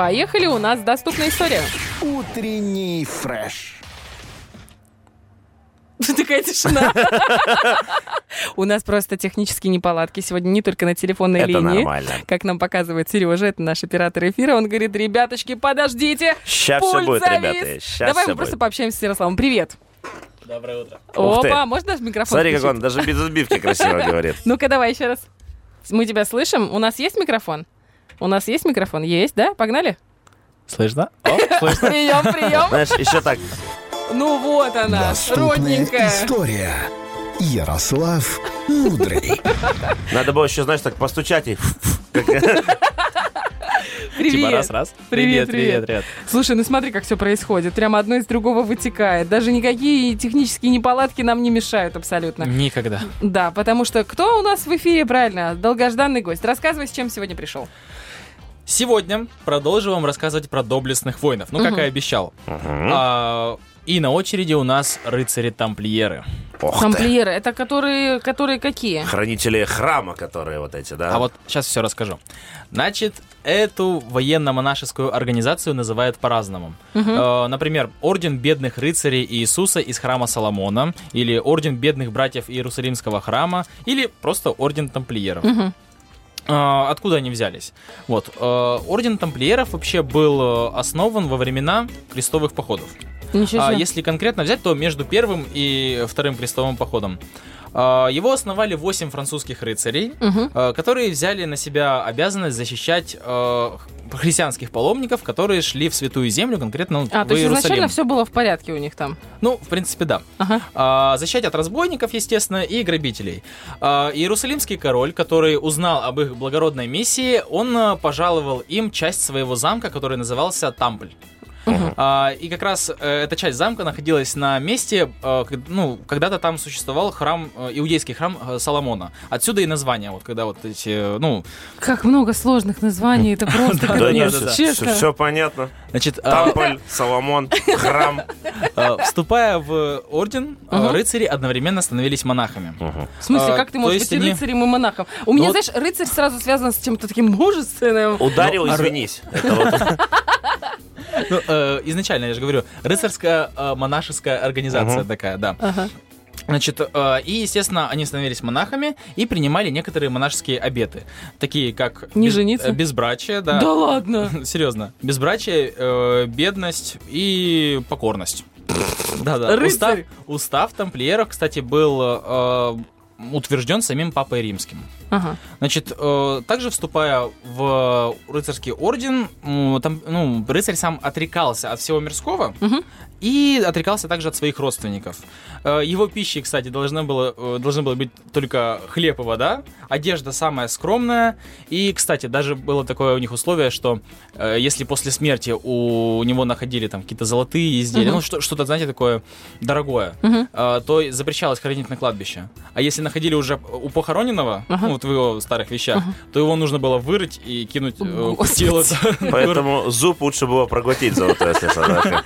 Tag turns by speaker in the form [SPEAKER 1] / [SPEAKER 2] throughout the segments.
[SPEAKER 1] Поехали, у нас доступная история.
[SPEAKER 2] Утренний фреш.
[SPEAKER 1] Такая тишина. У нас просто технические неполадки сегодня не только на телефонной
[SPEAKER 2] Это
[SPEAKER 1] линии.
[SPEAKER 2] нормально.
[SPEAKER 1] Как нам показывает Сережа, это наш оператор эфира. Он говорит, ребяточки, подождите.
[SPEAKER 2] Ща
[SPEAKER 1] пульт
[SPEAKER 2] всё будет,
[SPEAKER 1] завис».
[SPEAKER 2] ребята, ща
[SPEAKER 1] Давай
[SPEAKER 2] всё
[SPEAKER 1] мы просто
[SPEAKER 2] будет.
[SPEAKER 1] пообщаемся с Ярославом. Привет.
[SPEAKER 3] Доброе утро.
[SPEAKER 2] Ух ты.
[SPEAKER 1] Опа, можно даже микрофон
[SPEAKER 2] Смотри, как
[SPEAKER 1] включить?
[SPEAKER 2] он даже без отбивки красиво говорит.
[SPEAKER 1] Ну-ка, давай еще раз. Мы тебя слышим. У нас есть микрофон? У нас есть микрофон? Есть, да? Погнали?
[SPEAKER 3] Слышно? типа,
[SPEAKER 1] Прием, прием.
[SPEAKER 2] Знаешь, еще так.
[SPEAKER 1] Ну вот она, родненькая.
[SPEAKER 4] история. Ярослав Мудрый.
[SPEAKER 2] Надо было еще, знаешь, так постучать и...
[SPEAKER 3] Типа
[SPEAKER 2] Типа
[SPEAKER 1] Привет.
[SPEAKER 3] раз-раз.
[SPEAKER 1] Привет, привет.
[SPEAKER 3] привет, привет.
[SPEAKER 1] Слушай, ну смотри, как все происходит. Прямо одно из другого вытекает. Даже никакие технические неполадки нам не мешают абсолютно.
[SPEAKER 3] Никогда.
[SPEAKER 1] Да, потому что кто у нас в эфире, правильно? Долгожданный гость. Рассказывай, с чем сегодня пришел.
[SPEAKER 3] Сегодня продолжу вам рассказывать про доблестных воинов. Ну, как и обещал. А, И на очереди у нас рыцари-тамплиеры.
[SPEAKER 2] Ох ты.
[SPEAKER 1] Тамплиеры, это которые, которые какие?
[SPEAKER 2] Хранители храма, которые вот эти, да?
[SPEAKER 3] А вот сейчас все расскажу. Значит, эту военно-монашескую организацию называют по-разному. Э, например, Орден бедных рыцарей Иисуса из храма Соломона, или Орден бедных братьев Иерусалимского храма, или просто Орден тамплиеров. А, Откуда они взялись? Вот. э, Орден тамплиеров вообще был э, основан во времена крестовых походов.
[SPEAKER 1] Ничего
[SPEAKER 3] А
[SPEAKER 1] себе.
[SPEAKER 3] если конкретно взять, то между первым и вторым крестовым походом. А, Его основали 8 французских рыцарей,
[SPEAKER 1] Мгм.
[SPEAKER 3] э, которые взяли на себя обязанность защищать э, х- христианских паломников, которые шли в Святую Землю, конкретно ну,
[SPEAKER 1] А,
[SPEAKER 3] в
[SPEAKER 1] то есть
[SPEAKER 3] Иерусалим.
[SPEAKER 1] изначально все было в порядке у них там.
[SPEAKER 3] Ну, в принципе, да.
[SPEAKER 1] Ага.
[SPEAKER 3] А, защищать от разбойников, естественно, и грабителей. А, Иерусалимский король, который узнал об их благородной миссии, он а, пожаловал им часть своего замка, который назывался Тампль. А, и как раз э, эта часть замка находилась на месте, э, к- ну, когда-то там существовал храм, э, иудейский храм э, Соломона. Отсюда и название, вот когда вот эти, э, ну,
[SPEAKER 1] Как много сложных названий, это просто
[SPEAKER 2] Да нет,
[SPEAKER 1] капец,
[SPEAKER 3] да, да.
[SPEAKER 1] честно.
[SPEAKER 2] все понятно.
[SPEAKER 3] значит, э,
[SPEAKER 2] Тамполь, Соломон, храм.
[SPEAKER 3] э, вступая в орден, э,
[SPEAKER 1] Мгм.
[SPEAKER 3] рыцари одновременно становились монахами.
[SPEAKER 1] В смысле,
[SPEAKER 3] А,
[SPEAKER 1] как ты
[SPEAKER 3] то
[SPEAKER 1] можешь
[SPEAKER 3] есть
[SPEAKER 1] быть и
[SPEAKER 3] они- Ну
[SPEAKER 1] рыцарем, и монахом? У меня,
[SPEAKER 3] вот-
[SPEAKER 1] знаешь, рыцарь сразу связан с чем-то таким мужественным.
[SPEAKER 2] Ударил,
[SPEAKER 3] Ну, а ры-
[SPEAKER 2] извинись. Это вот
[SPEAKER 3] Ну, э, изначально, я же говорю, рыцарская э, монашеская организация такая, да.
[SPEAKER 1] Ага.
[SPEAKER 3] Значит, э, и, естественно, они становились монахами и принимали некоторые монашеские обеты. Такие, как...
[SPEAKER 1] Не
[SPEAKER 3] без-
[SPEAKER 1] жениться?
[SPEAKER 3] э, Безбрачие, да.
[SPEAKER 1] Да, ладно.
[SPEAKER 3] Серьезно. Безбрачие, э, бедность и покорность. Да-да. Устав,
[SPEAKER 1] Рыцарь.
[SPEAKER 3] устав тамплиеров, кстати, был э, утвержден самим Папой Римским.
[SPEAKER 1] Ага.
[SPEAKER 3] Значит, э, также вступая в рыцарский орден, м, там, ну, рыцарь сам отрекался от всего мирского
[SPEAKER 1] Мгм.
[SPEAKER 3] и отрекался также от своих родственников. Э, его пищей, кстати, должно было, э, должны было быть только хлеб и вода, одежда самая скромная. И, кстати, даже было такое у них условие, что э, если после смерти у него находили там какие-то золотые изделия,
[SPEAKER 1] Мгм.
[SPEAKER 3] ну, что- что-то, знаете, такое дорогое,
[SPEAKER 1] Мгм.
[SPEAKER 3] а, то запрещалось хранить на кладбище. А если находили уже у похороненного,
[SPEAKER 1] Ага.
[SPEAKER 3] ну, вот в его старых вещах, то его нужно было вырыть и кинуть э,
[SPEAKER 1] Господи.
[SPEAKER 3] тело.
[SPEAKER 2] Поэтому зуб лучше было проглотить золотое сердце. да.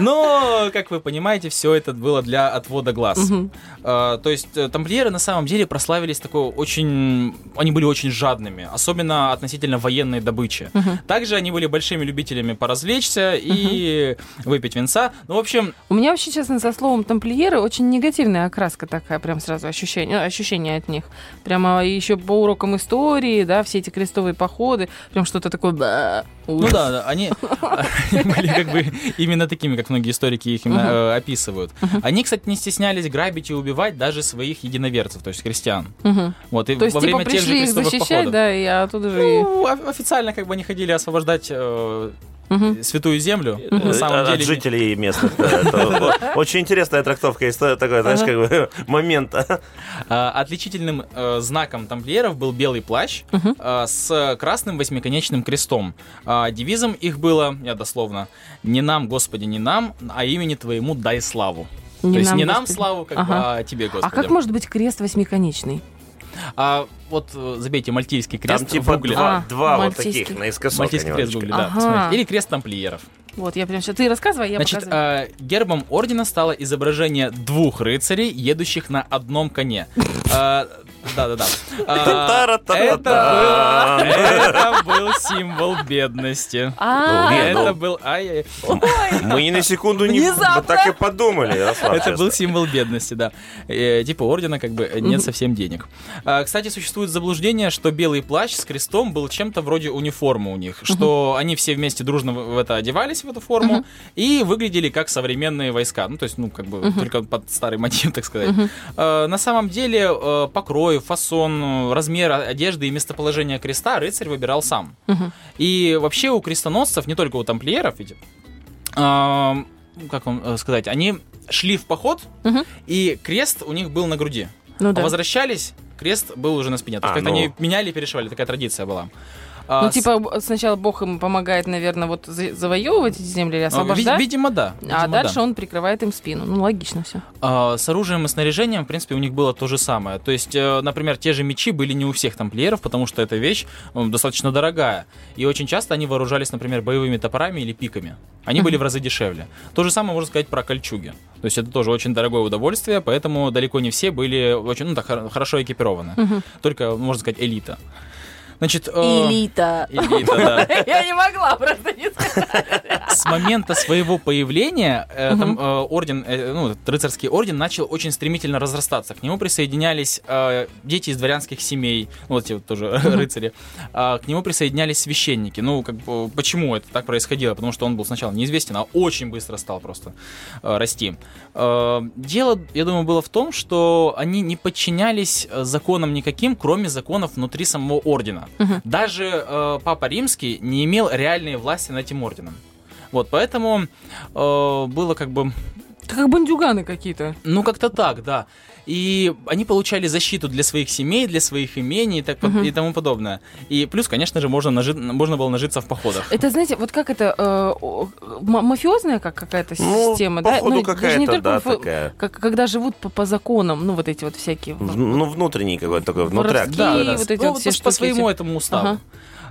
[SPEAKER 3] Но, как вы понимаете, все это было для отвода глаз.
[SPEAKER 1] Мгм.
[SPEAKER 3] А, то есть э, тамплиеры на самом деле прославились такой очень... Они были очень жадными, особенно относительно военной добычи. Также они были большими любителями поразвлечься и выпить винца. Ну, в общем,
[SPEAKER 1] У меня вообще, честно, со словом тамплиеры очень негативная окраска такая, прям сразу ощущение, ну, ощущение от них. Прямо еще по урокам истории, да, все эти крестовые походы, прям что-то такое... «Бэ».
[SPEAKER 3] Ну
[SPEAKER 1] Ужас.
[SPEAKER 3] да, да, они они были как бы именно такими, как многие историки их именно э, описывают. Они, кстати, не стеснялись грабить и убивать даже своих единоверцев, то есть крестьян.
[SPEAKER 1] Мгм.
[SPEAKER 3] Вот, и
[SPEAKER 1] То есть,
[SPEAKER 3] во
[SPEAKER 1] типа,
[SPEAKER 3] время тех же
[SPEAKER 1] пришли их
[SPEAKER 3] крестовых
[SPEAKER 1] защищать,
[SPEAKER 3] походов.
[SPEAKER 1] да, и оттуда же... и-
[SPEAKER 3] Ну, о- официально как бы они ходили освобождать э,
[SPEAKER 1] Мгм.
[SPEAKER 3] святую землю.
[SPEAKER 1] Э,
[SPEAKER 3] На самом
[SPEAKER 2] э, От
[SPEAKER 3] деле,
[SPEAKER 2] жителей местных. да, это Очень интересная трактовка истории. Такой, знаешь, как бы момент.
[SPEAKER 3] а, отличительным э, знаком тамплиеров был белый плащ а, с красным восьмиконечным крестом. А, девизом их было, я дословно, «Не нам, Господи, не нам, а имени Твоему дай славу». То есть не нам
[SPEAKER 1] Господи.
[SPEAKER 3] славу, как
[SPEAKER 1] Ага.
[SPEAKER 3] бы, а тебе, Господи.
[SPEAKER 1] А как может быть крест восьмиконечный?
[SPEAKER 3] А вот э, забейте мальтийский крест
[SPEAKER 2] Там
[SPEAKER 3] в
[SPEAKER 2] типа
[SPEAKER 3] гугле.
[SPEAKER 2] два
[SPEAKER 1] А,
[SPEAKER 2] два вот
[SPEAKER 1] мальтийский.
[SPEAKER 2] таких наискосок.
[SPEAKER 3] Мальтийский крест в
[SPEAKER 2] немножечко.
[SPEAKER 3] гугле, да.
[SPEAKER 1] Ага.
[SPEAKER 3] посмотрите. Или крест тамплиеров.
[SPEAKER 1] Вот, я прям сейчас... Ты рассказывай, я
[SPEAKER 3] Значит,
[SPEAKER 1] показываю.
[SPEAKER 3] э, гербом ордена стало изображение двух рыцарей, едущих на одном коне. Э, Да-да-да. А, Это был- это был символ бедности.
[SPEAKER 1] А,
[SPEAKER 2] Нет, ну.
[SPEAKER 3] Это был... ай-яй-яй.
[SPEAKER 2] Мы ни на секунду не
[SPEAKER 1] Внезапно.
[SPEAKER 2] вот так и подумали, Ярослав,
[SPEAKER 3] Это
[SPEAKER 2] честно.
[SPEAKER 3] был символ бедности, да. Э, Типа ордена как бы нет совсем денег. А, Кстати, существует заблуждение, что белый плащ с крестом был чем-то вроде униформы у них, что они все вместе дружно в в это одевались, в эту форму, и выглядели как современные войска. Ну, то есть, ну, как бы только под старый мотив, так сказать. Э, На самом деле, э, по крою, фасон, э, размер одежды и местоположение креста рыцарь выбирал сам. И вообще у крестоносцев, не только у тамплиеров, ведь эм, как вам э, сказать, они шли в поход,
[SPEAKER 1] Мгм.
[SPEAKER 3] и крест у них был на груди.
[SPEAKER 1] ну
[SPEAKER 3] А
[SPEAKER 1] да.
[SPEAKER 3] возвращались, крест был уже на спине. То есть
[SPEAKER 2] А,
[SPEAKER 3] как-то
[SPEAKER 2] ну.
[SPEAKER 3] они меняли и перешивали, такая традиция была. А,
[SPEAKER 1] Ну,
[SPEAKER 3] с-
[SPEAKER 1] типа, б- сначала Бог им помогает, наверное, вот за- завоевывать эти земли или
[SPEAKER 3] а, ви-
[SPEAKER 1] освобождать.
[SPEAKER 3] видимо, да.
[SPEAKER 1] А
[SPEAKER 3] видимо,
[SPEAKER 1] дальше
[SPEAKER 3] да.
[SPEAKER 1] он прикрывает им спину. Ну, логично все.
[SPEAKER 3] А, с оружием и снаряжением, в принципе, у них было то же самое. То есть, э, например, те же мечи были не у всех тамплиеров, потому что эта вещь м, достаточно дорогая. И очень часто они вооружались, например, боевыми топорами или пиками. Они были в разы дешевле. То же самое можно сказать про кольчуги. То есть это тоже очень дорогое удовольствие, поэтому далеко не все были очень ну, так, хор- хорошо экипированы. Только, можно сказать, элита. Значит, э,
[SPEAKER 1] Элита.
[SPEAKER 3] элита, да.
[SPEAKER 1] Я не могла просто не сказать.
[SPEAKER 3] С момента своего появления э, там, э, орден, э, ну, этот рыцарский орден начал очень стремительно разрастаться. К нему присоединялись э, дети из дворянских семей, ну, вот эти вот тоже рыцари. А, К нему присоединялись священники. Ну, как бы, почему это так происходило? Потому что он был сначала неизвестен, а очень быстро стал просто э, расти. Э, Дело, я думаю, было в том, что они не подчинялись э, законам никаким, кроме законов внутри самого ордена. Даже э, Папа Римский не имел реальной власти над этим орденом. Вот, поэтому э, было как бы,
[SPEAKER 1] Как бандюганы какие-то.
[SPEAKER 3] ну как-то так, да. И они получали защиту для своих семей, для своих имений и, так, под- и тому подобное. И плюс, конечно же, можно, нажи- можно было нажиться в походах.
[SPEAKER 1] Это, знаете, вот как это, э, о, м- мафиозная как какая-то
[SPEAKER 2] Ну,
[SPEAKER 1] система, да?
[SPEAKER 2] походу,
[SPEAKER 1] Ну, даже не
[SPEAKER 2] какая-то,
[SPEAKER 1] только
[SPEAKER 2] да,
[SPEAKER 1] мафи-
[SPEAKER 2] такая.
[SPEAKER 1] как- когда живут по, по законам, ну, вот эти вот всякие.
[SPEAKER 2] В- Ну, внутренний какой-то такой, внутряк.
[SPEAKER 1] Воровские.
[SPEAKER 3] Да,
[SPEAKER 1] И
[SPEAKER 3] да, да.
[SPEAKER 1] вот эти
[SPEAKER 3] Ну,
[SPEAKER 1] вот все
[SPEAKER 3] по- по
[SPEAKER 1] штуки
[SPEAKER 3] своему
[SPEAKER 1] эти.
[SPEAKER 3] этому уставу.
[SPEAKER 1] Ага.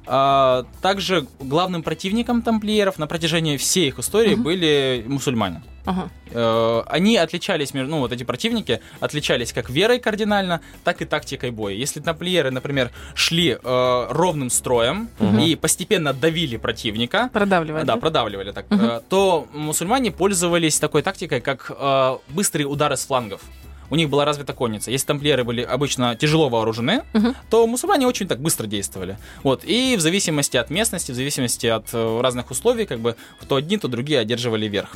[SPEAKER 3] А, также главным противником тамплиеров на протяжении всей их истории были мусульмане.
[SPEAKER 1] Ага.
[SPEAKER 3] Э, они отличались, между- ну вот эти противники отличались как верой кардинально, так и тактикой боя. Если тамплиеры, например, шли э, ровным строем и постепенно давили противника,
[SPEAKER 1] Продавливать.
[SPEAKER 3] да, продавливали так, э, то мусульмане пользовались такой тактикой, как э, быстрые удары с флангов. У них была развита конница. Если тамплиеры были обычно тяжело вооружены, то мусульмане очень так быстро действовали. Вот. И в зависимости от местности, в зависимости от э, разных условий, как бы то одни, то другие одерживали верх.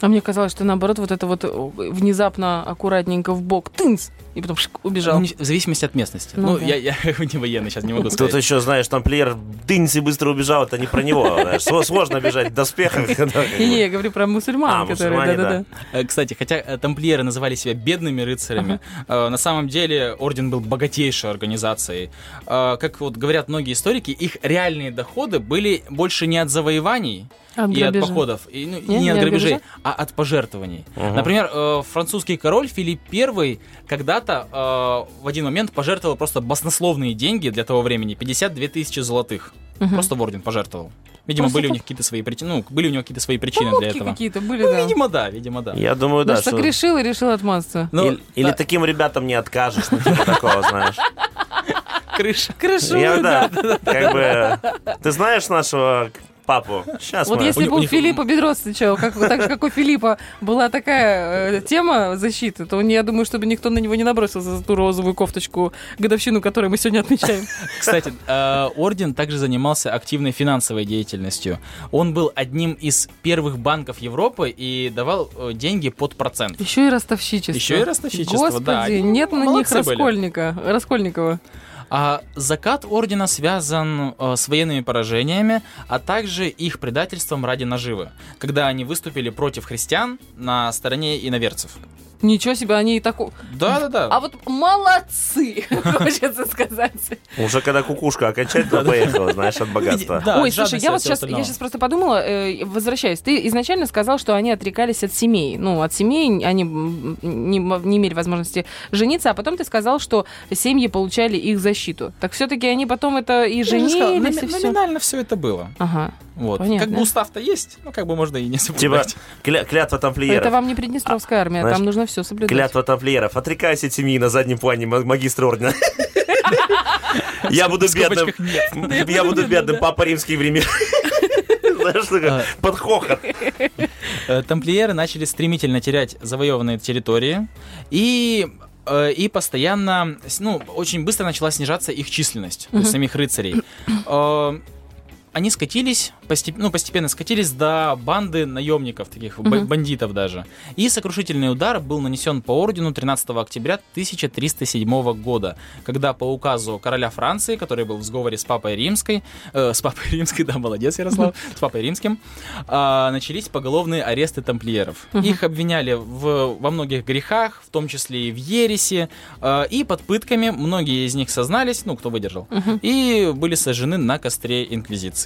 [SPEAKER 1] А мне казалось, что наоборот, вот это вот э, внезапно, аккуратненько в бок, тынц, и потом шик, убежал.
[SPEAKER 3] Ну, не- в зависимости от местности.
[SPEAKER 1] Ну
[SPEAKER 3] Ну,
[SPEAKER 1] да.
[SPEAKER 3] я, я не военный, сейчас не могу
[SPEAKER 2] Тут
[SPEAKER 3] сказать.
[SPEAKER 2] еще, знаешь, там плеер дынси быстро убежал, это не про него. знаешь. Сво- Сложно бежать в доспехах.
[SPEAKER 1] Не-не, я говорю про мусульман,
[SPEAKER 2] А,
[SPEAKER 1] которые,
[SPEAKER 2] мусульмане,
[SPEAKER 1] да-да-да.
[SPEAKER 3] Э, Кстати, хотя э, тамплиеры называли себя бедными рыцарями, э, на самом деле орден был богатейшей организацией. Э, Как вот говорят многие историки, их реальные доходы были больше не от завоеваний
[SPEAKER 1] От
[SPEAKER 3] и от
[SPEAKER 1] грабежа.
[SPEAKER 3] походов, и, ну, и
[SPEAKER 1] Не,
[SPEAKER 3] не,
[SPEAKER 1] не
[SPEAKER 3] от
[SPEAKER 1] от
[SPEAKER 3] грабежей,
[SPEAKER 1] грабежа?
[SPEAKER 3] а от пожертвований. Например, э, французский король Филипп I когда-то э, в один момент пожертвовал просто баснословные деньги для того времени, 52 тысячи золотых. Просто в орден пожертвовал. Видимо,
[SPEAKER 1] Просто
[SPEAKER 3] были у
[SPEAKER 1] по-
[SPEAKER 3] них какие-то свои причины, ну, были у него какие-то свои причины
[SPEAKER 1] Помолвки
[SPEAKER 3] для этого.
[SPEAKER 1] какие-то были,
[SPEAKER 3] Ну,
[SPEAKER 1] да.
[SPEAKER 3] видимо, да, видимо, да.
[SPEAKER 2] Я думаю, да,
[SPEAKER 1] Наш
[SPEAKER 2] что...
[SPEAKER 1] согрешил и решил отмазаться.
[SPEAKER 3] Ну,
[SPEAKER 2] Или- Или
[SPEAKER 3] да,
[SPEAKER 2] таким ребятам не откажешь, ну, типа такого, знаешь.
[SPEAKER 3] крыша.
[SPEAKER 1] Крышу,
[SPEAKER 2] Я,
[SPEAKER 1] да.
[SPEAKER 2] да, как бы... Ты знаешь нашего папу? Сейчас
[SPEAKER 1] Вот
[SPEAKER 2] мы...
[SPEAKER 1] если
[SPEAKER 3] них-
[SPEAKER 1] бы
[SPEAKER 3] у
[SPEAKER 1] у
[SPEAKER 3] них-
[SPEAKER 1] Филиппа Бедро встречал, как, так же, как у Филиппа была такая э, тема защиты, то я думаю, чтобы никто на него не набросился за ту розовую кофточку, годовщину которой мы сегодня отмечаем.
[SPEAKER 3] Кстати, э, орден также занимался активной финансовой деятельностью. Он был одним из первых банков Европы и давал э, деньги под процент.
[SPEAKER 1] Еще и ростовщичество.
[SPEAKER 3] Еще и ростовщичество,
[SPEAKER 1] Господи,
[SPEAKER 3] да. Они
[SPEAKER 1] нет на них
[SPEAKER 3] молодцы были.
[SPEAKER 1] Раскольника, Раскольникова.
[SPEAKER 3] А закат ордена связан э, с военными поражениями, а также их предательством ради наживы, когда они выступили против христиан на стороне иноверцев.
[SPEAKER 1] Ничего себе, они и такой...
[SPEAKER 3] Да-да-да.
[SPEAKER 1] А вот молодцы, хочется сказать.
[SPEAKER 2] Уже когда кукушка окончательно поехала, знаешь, от богатства.
[SPEAKER 3] Да,
[SPEAKER 1] Ой,
[SPEAKER 3] от
[SPEAKER 1] слушай,
[SPEAKER 3] жадности
[SPEAKER 1] я
[SPEAKER 3] и
[SPEAKER 1] вот
[SPEAKER 3] всего
[SPEAKER 1] сейчас, я
[SPEAKER 3] остального.
[SPEAKER 1] сейчас просто подумала, э, возвращаюсь. Ты изначально сказал, что они отрекались от семей. Ну, от семей они м, не, м- не имели возможности жениться, а потом ты сказал, что семьи получали их защиту. Так все-таки они потом это и
[SPEAKER 3] Я же сказал,
[SPEAKER 1] женились,
[SPEAKER 3] номи-
[SPEAKER 1] и все.
[SPEAKER 3] номинально все это было.
[SPEAKER 1] Ага.
[SPEAKER 3] Вот.
[SPEAKER 1] Понятно.
[SPEAKER 3] Как бы устав-то есть, ну как бы можно и не
[SPEAKER 2] Типа
[SPEAKER 3] соблюдать.
[SPEAKER 2] кля- клятва тамплиеров.
[SPEAKER 1] Это вам не Приднестровская армия,
[SPEAKER 2] знаешь,
[SPEAKER 1] там нужно все соблюдать.
[SPEAKER 2] Клятва тамплиеров. Отрекаюсь от семьи на заднем плане ма- магистра ордена. Я буду
[SPEAKER 3] В
[SPEAKER 2] бедным.
[SPEAKER 3] скобочках нет.
[SPEAKER 2] Я буду бедным, папа римские времена. Знаешь, такой под хохот.
[SPEAKER 3] Э, Тамплиеры начали стремительно терять завоеванные территории и э, и постоянно, с- ну, очень быстро начала снижаться их численность, то есть самих рыцарей. Э, Они скатились, постеп- ну, постепенно скатились до банды наемников, таких ба-
[SPEAKER 1] Мгм.
[SPEAKER 3] бандитов даже. И сокрушительный удар был нанесен по ордену 13 октября 1307 года, когда по указу короля Франции, который был в сговоре с папой Римской, э, с папой Римской, да, молодец, Ярослав, с папой Римским, а, начались поголовные аресты тамплиеров.
[SPEAKER 1] Мгм.
[SPEAKER 3] Их обвиняли в, во многих грехах, в том числе и в ереси, э, и под пытками многие из них сознались, ну, кто выдержал, и были сожжены на костре Инквизиции.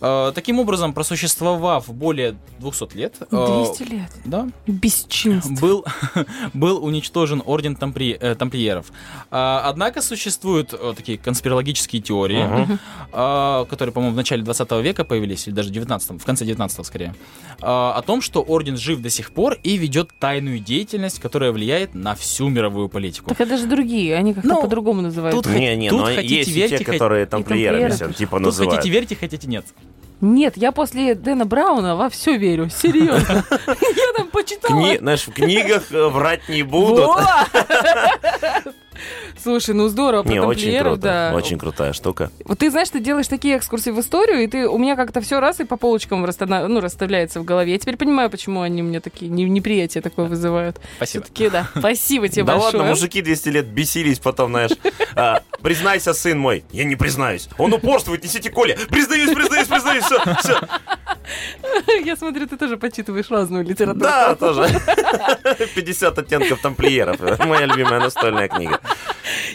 [SPEAKER 3] Э, Таким образом, просуществовав более 200 лет, Ну, э,
[SPEAKER 1] 200 лет.
[SPEAKER 3] да,
[SPEAKER 1] Бесчинство.
[SPEAKER 3] был, был уничтожен орден тампри- э, тамплиеров. А, однако существуют э, такие конспирологические теории,
[SPEAKER 2] Мгм.
[SPEAKER 3] а, которые, по-моему, в начале 20 века появились, или даже 19 в конце 19 скорее, а, о том, что орден жив до сих пор и ведет тайную деятельность, которая влияет на всю мировую политику.
[SPEAKER 1] Так это же другие, они как-то
[SPEAKER 3] Ну,
[SPEAKER 1] по-другу называют.
[SPEAKER 3] тут-
[SPEAKER 2] Не, не,
[SPEAKER 3] Тут
[SPEAKER 2] но
[SPEAKER 3] хотите
[SPEAKER 2] есть и
[SPEAKER 3] верьте,
[SPEAKER 2] те,
[SPEAKER 3] хоть-
[SPEAKER 2] которые тамплиерами
[SPEAKER 1] тамплиеров.
[SPEAKER 2] себя типа
[SPEAKER 3] Тут
[SPEAKER 2] называют.
[SPEAKER 3] хотите верьте, хотите нет.
[SPEAKER 1] Нет, я после Дэна Брауна во все верю, серьезно. Я там почитала.
[SPEAKER 2] Кни- Знаешь, в книгах э, врать не будут.
[SPEAKER 1] Во! Слушай, ну здорово, про
[SPEAKER 2] Не, очень
[SPEAKER 1] тамплиеров,
[SPEAKER 2] круто.
[SPEAKER 1] да.
[SPEAKER 2] Очень крутая штука.
[SPEAKER 1] Вот ты знаешь, ты делаешь такие экскурсии в историю, и ты у меня как-то все раз и по полочкам расстана- ну, расставляется в голове. Я теперь понимаю, почему они мне такие не- неприятие такое вызывают.
[SPEAKER 3] Спасибо.
[SPEAKER 1] Все-таки да. Спасибо тебе
[SPEAKER 2] Да
[SPEAKER 1] большое.
[SPEAKER 2] ладно, мужики 200 лет бесились потом, знаешь. а, Признайся, сын мой. Я не признаюсь. Он упорствует, несите Коля. Признаюсь, признаюсь, признаюсь. Все, все.
[SPEAKER 1] Я смотрю, ты тоже почитываешь разную литературу.
[SPEAKER 2] Да, тоже. 50 оттенков тамплиеров. Моя любимая настольная книга.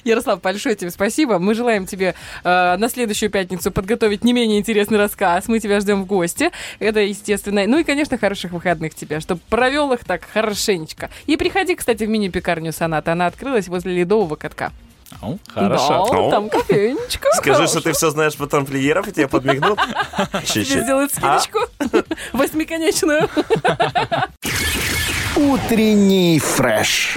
[SPEAKER 1] Ярослав, большое тебе спасибо. Мы желаем тебе э, на следующую пятницу подготовить не менее интересный рассказ. Мы тебя ждем в гости. Это естественно. Ну и, конечно, хороших выходных тебе, чтобы провел их так хорошенечко. И приходи, кстати, в мини-пекарню Соната. Она открылась возле ледового катка.
[SPEAKER 3] Ау, хорошо.
[SPEAKER 1] Да,
[SPEAKER 2] О.
[SPEAKER 1] там кофейничка.
[SPEAKER 2] Ну. Скажи, что
[SPEAKER 1] хорошая.
[SPEAKER 2] ты все знаешь про тамплиеров, и тебе подмигнут.
[SPEAKER 1] Тебе
[SPEAKER 2] Чище.
[SPEAKER 1] сделают скидочку
[SPEAKER 2] А?
[SPEAKER 1] восьмиконечную.
[SPEAKER 4] Утренний фреш.